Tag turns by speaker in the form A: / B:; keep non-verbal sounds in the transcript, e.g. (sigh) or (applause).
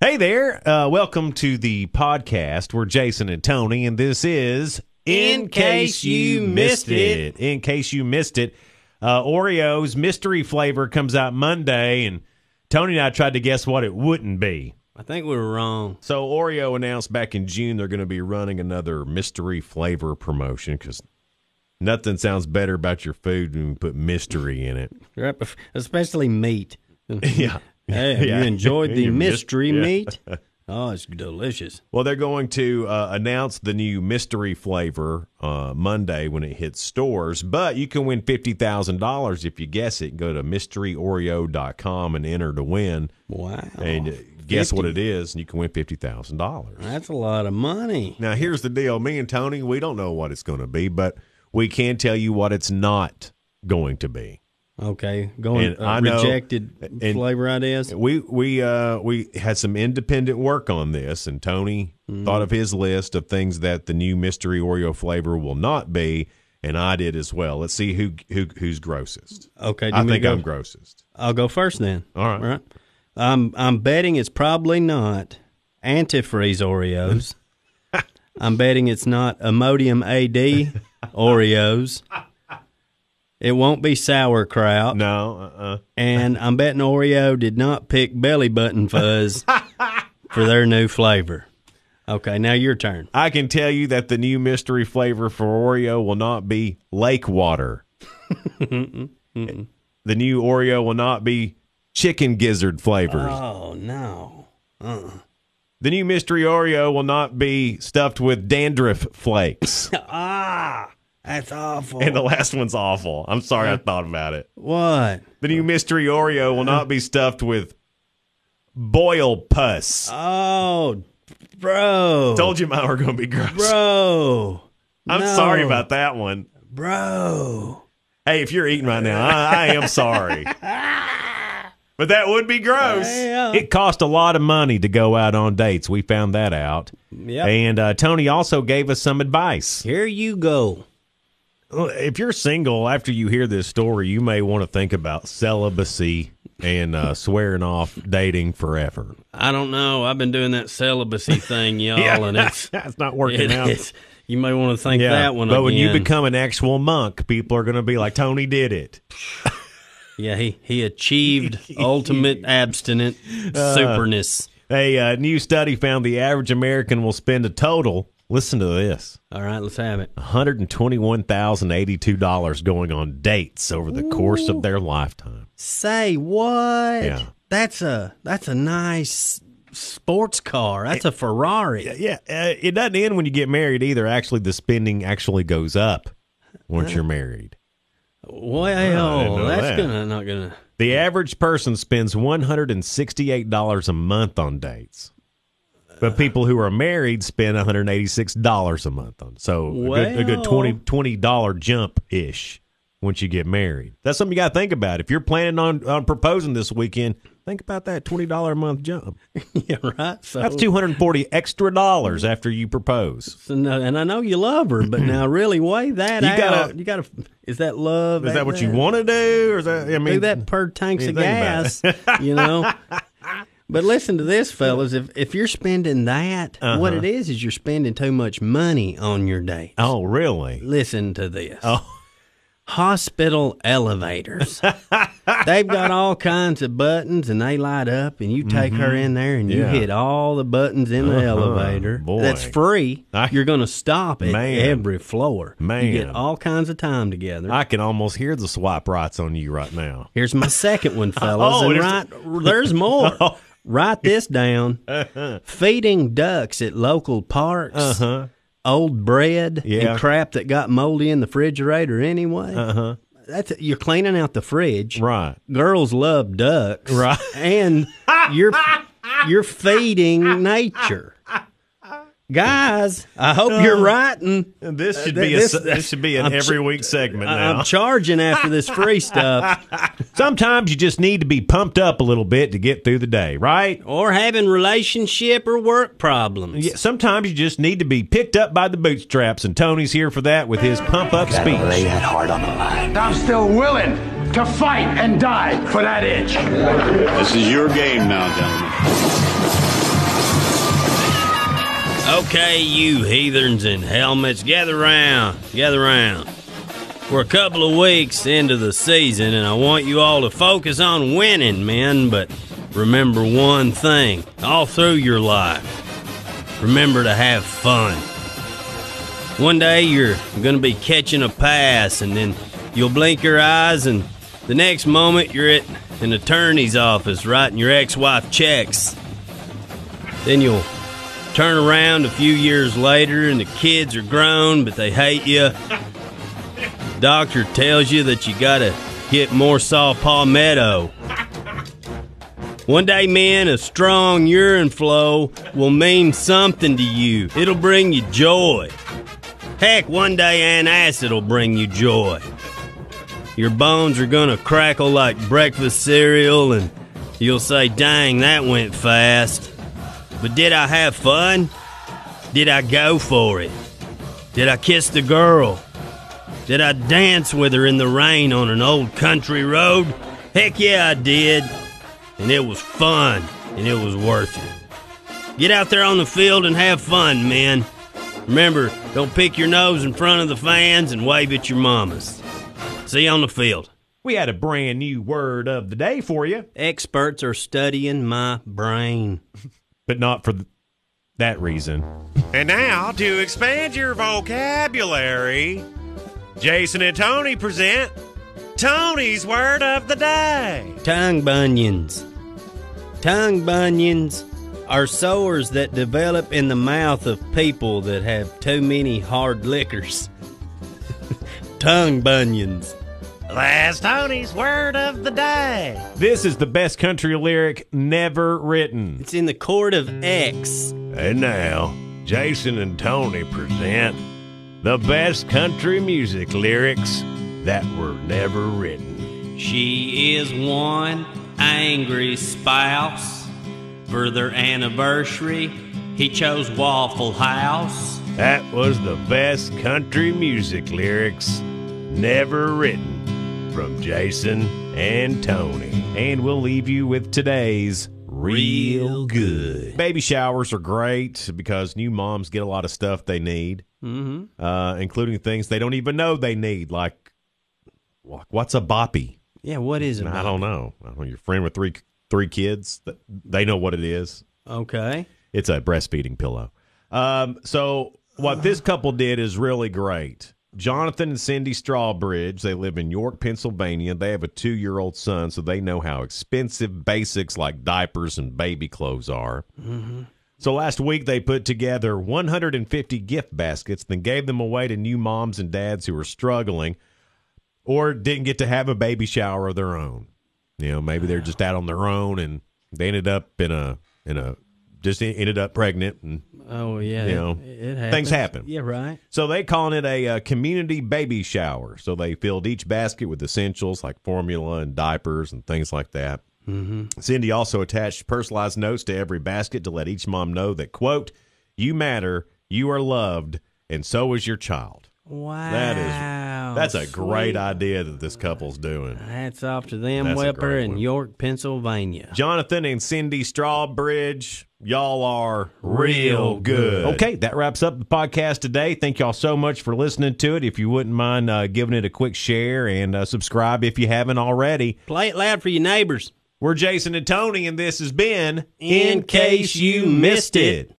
A: Hey there. Uh, welcome to the podcast. We're Jason and Tony, and this is
B: In Case You Missed It.
A: In case you missed it, uh, Oreo's mystery flavor comes out Monday, and Tony and I tried to guess what it wouldn't be.
B: I think we were wrong.
A: So Oreo announced back in June they're going to be running another mystery flavor promotion because nothing sounds better about your food when you put mystery in it. (laughs)
B: Yep, Especially meat.
A: Yeah.
B: Hey,
A: Yeah.
B: you enjoyed the
A: (laughs) You missed-
B: mystery
A: yeah.
B: meat?
A: (laughs)
B: Oh, it's delicious.
A: Well, they're going to uh, announce the new mystery flavor uh, Monday when it hits stores, but you can win $50,000 if you guess it. Go to mysteryoreo.com and enter to win
B: Wow.
A: and uh, guess what it is, and you can win $50,000.
B: That's a lot of money.
A: Now, here's the deal me and Tony, we don't know what it's going to be, but we can tell you what it's not going to be.
B: Okay, going
A: And
B: uh,
A: I know-
B: rejected
A: and-
B: flavor ideas.
A: We we uh we had some independent work on this, and Tony
B: Mm-hmm.
A: thought of his list of things that the new mystery Oreo flavor will not be, and I did as well. Let's see who who who's grossest.
B: Okay, do you
A: I
B: want me to
A: think
B: go?
A: I'm grossest.
B: I'll go first then.
A: All right.
B: I'm I'm betting it's probably not antifreeze
A: (laughs)
B: Oreos. I'm betting it's not Imodium
A: (laughs)
B: AD Oreos. It won't be sauerkraut.
A: No, uh,
B: (laughs) And I'm betting Oreo did not pick belly button (laughs) fuzz for their new flavor. Okay, now your turn.
A: I can tell you that the new mystery flavor for Oreo will not be lake water. The new Oreo will not be chicken gizzard flavors.
B: Oh no.
A: the new mystery Oreo will not be stuffed with dandruff flakes.
B: Ah, that's awful.
A: And the last one's awful. I'm sorry I thought about it.
B: what?
A: The new mystery Oreo will not be stuffed with boil pus.
B: Oh, bro.
A: Told you mine were going to be gross.
B: bro.
A: I'm
B: No.
A: sorry about that one.
B: Bro.
A: Hey, if you're eating right now, I, I am
B: (laughs)
A: sorry. But that would be gross.
B: Yeah.
A: It cost a lot of money to go out on dates. We found that out.
B: Yep.
A: And uh, Tony also gave us some advice.
B: Here you go.
A: Well, if you're single after you hear this story, you may want to think about celibacy and uh, swearing off dating forever.
B: I don't know. I've been doing that (laughs) celibacy thing, y'all, and (laughs)
A: (laughs)
B: it's,
A: That's not working
B: it
A: out.
B: is- You may want to think that one
A: but when you
B: again.
A: become an actual monk, people are going to be like, Tony did it.
B: Yeah, he, he achieved (laughs) ultimate abstinent Uh, superness.
A: A uh, new study found the average American will spend a total, listen to this,
B: All right, let's have it.
A: $121,082 going on dates over the course of their lifetime.
B: Say what?
A: Yeah.
B: That's a that's a nice sports car. That's a Ferrari.
A: Yeah, uh, it doesn't end when you get married either. Actually, the spending actually goes up once you're married.
B: Well,
A: know
B: that's
A: that.
B: gonna not gonna.
A: The average person spends $168 a month on dates. But people who are married spend $186 a month on. So a good, a good
B: Well.
A: 20 $20 jump ish once you get married. That's something you got to think about. If you're planning on, on proposing this weekend, think about that $20 a month jump.
B: (laughs) Yeah, right. So
A: That's 240 extra dollars after you propose.
B: So no, and I know you love her, but now really weigh that
A: You
B: out.
A: gotta-
B: you gotta. Is that love?
A: Is that what you
B: want?
A: want to do or is that I mean
B: do that per tanks of
A: you think about
B: gas,
A: (laughs)
B: you know. But listen to this, fellas. If if you're spending that,
A: Uh-huh.
B: what it is is you're spending too much money on your date.
A: Oh, really?
B: Listen to this.
A: Oh.
B: Hospital
A: (laughs)
B: elevators. They've got all kinds of buttons and they light up and you take her in there and you
A: Mm-hmm. Yeah. Uh-huh.
B: hit all the buttons in the elevator.
A: boy.
B: That's free.
A: I-
B: You're going to stop at
A: Man.
B: every floor. You get
A: Man.
B: all kinds of time together.
A: I can almost hear the swipe rights on you right now.
B: Here's my second one,
A: (laughs)
B: fellas.
A: Oh,
B: and
A: there's-
B: right, there's more. Write this down. Feeding ducks at local parks.
A: Uh-huh.
B: Old bread
A: Yeah.
B: and crap that got moldy in the refrigerator anyway. Uh-huh. That's you're cleaning out the fridge.
A: Right.
B: Girls love ducks.
A: Right.
B: (laughs) And you're you're feeding nature. Guys, I hope
A: Uh,
B: you're writing.
A: This should
B: th-
A: be a,
B: this-
A: s- Uh, this should be an
B: I'm ch-
A: every week segment
B: I-
A: now.
B: I'm charging after
A: (laughs)
B: this free stuff.
A: Sometimes you just need to be pumped up a little bit to get through the day, right?
B: or having relationship or work problems.
A: Yeah, sometimes you just need to be picked up by the bootstraps, and Tony's here for that with his pump up
C: Lay
A: speech.
C: that heart on the line.
D: I'm still willing to fight and die for that itch.
E: This is your game now, gentlemen.
B: Okay, you heathens in helmets, gather round, gather round. We're a couple of weeks into the season, and I want you all to focus on winning, men. But remember one thing all through your life remember to have fun. One day you're going to be catching a pass, and then you'll blink your eyes, and the next moment you're at an attorney's office writing your ex wife checks. Then you'll turn around a few years later and the kids are grown, but they hate you. Doctor tells you that you gotta get more saw palmetto. One day, man, a strong urine flow will mean something to you. It'll bring you joy. Heck, one day antacid will bring you joy. Your bones are gonna crackle like breakfast cereal, and you'll say, dang, that went fast. But did I have fun? Did I go for it? Did I kiss the girl? Did I dance with her in the rain on an old country road? Heck yeah, I did. And it was fun, and it was worth it. Get out there on the field and have fun, man. Remember, don't pick your nose in front of the fans and wave at your mamas. See you on the field.
A: We had a brand new word of the day for you,
B: Experts are studying my brain.
A: but not for th- that reason. And now, to expand your vocabulary, Jason and Tony present Tony's word of the day.
B: Tongue bunions. Tongue bunions are sores that develop in the mouth of people that have too many hard liquors. (laughs) Tongue bunions.
A: That's Tony's word of the day. This is the best country lyric never written.
B: It's in the court of X.
A: And now, Jason and Tony present the best country music lyrics that were never written.
B: She is one angry spouse. For their anniversary, he chose Waffle House.
A: That was the best country music lyrics never written from Jason and Tony. And we'll leave you with today's
B: Real good.
A: Baby showers are great because new moms get a lot of stuff they need, mm-hmm. uh, including things they don't even know they need, like like, what's a boppy?
B: Yeah, what is it?
A: I
B: Mike?
A: don't know. I don't know. Your friend with three three kids, th- they know what it is.
B: Okay.
A: It's a breastfeeding pillow. Um, so what this couple did is really great. Jonathan and Cindy Strawbridge, they live in York, Pennsylvania. They have a two year old son, so they know how expensive basics like diapers and baby clothes are. So last week they put together 150 gift baskets, then gave them away to new moms and dads who were struggling or didn't get to have a baby shower of their own. You know, maybe they're just out on their own and they ended up in a in a just en- ended up pregnant and
B: Oh yeah,
A: You know, things happen.
B: Yeah, right.
A: so they calling it a, uh community baby shower. So they filled each basket with essentials like formula and diapers and things like that. Mm-hmm. Cindy also attached personalized notes to every basket to let each mom know that quote, "You matter, you are loved, and so is your child."
B: Wow,
A: That is that's a great idea that this couple's doing.
B: Hats off to them,
A: That's a
B: Wepper
A: great
B: in
A: one.
B: York, Pennsylvania.
A: Jonathan and Cindy Strawbridge, y'all are
B: Real good.
A: Okay, that wraps up the podcast today. Thank y'all so much for listening to it. If you wouldn't mind uh, giving it a quick share and uh, subscribe if you haven't already.
B: Play it loud for your neighbors.
A: We're Jason and Tony, and this has been
B: In Case You Missed It.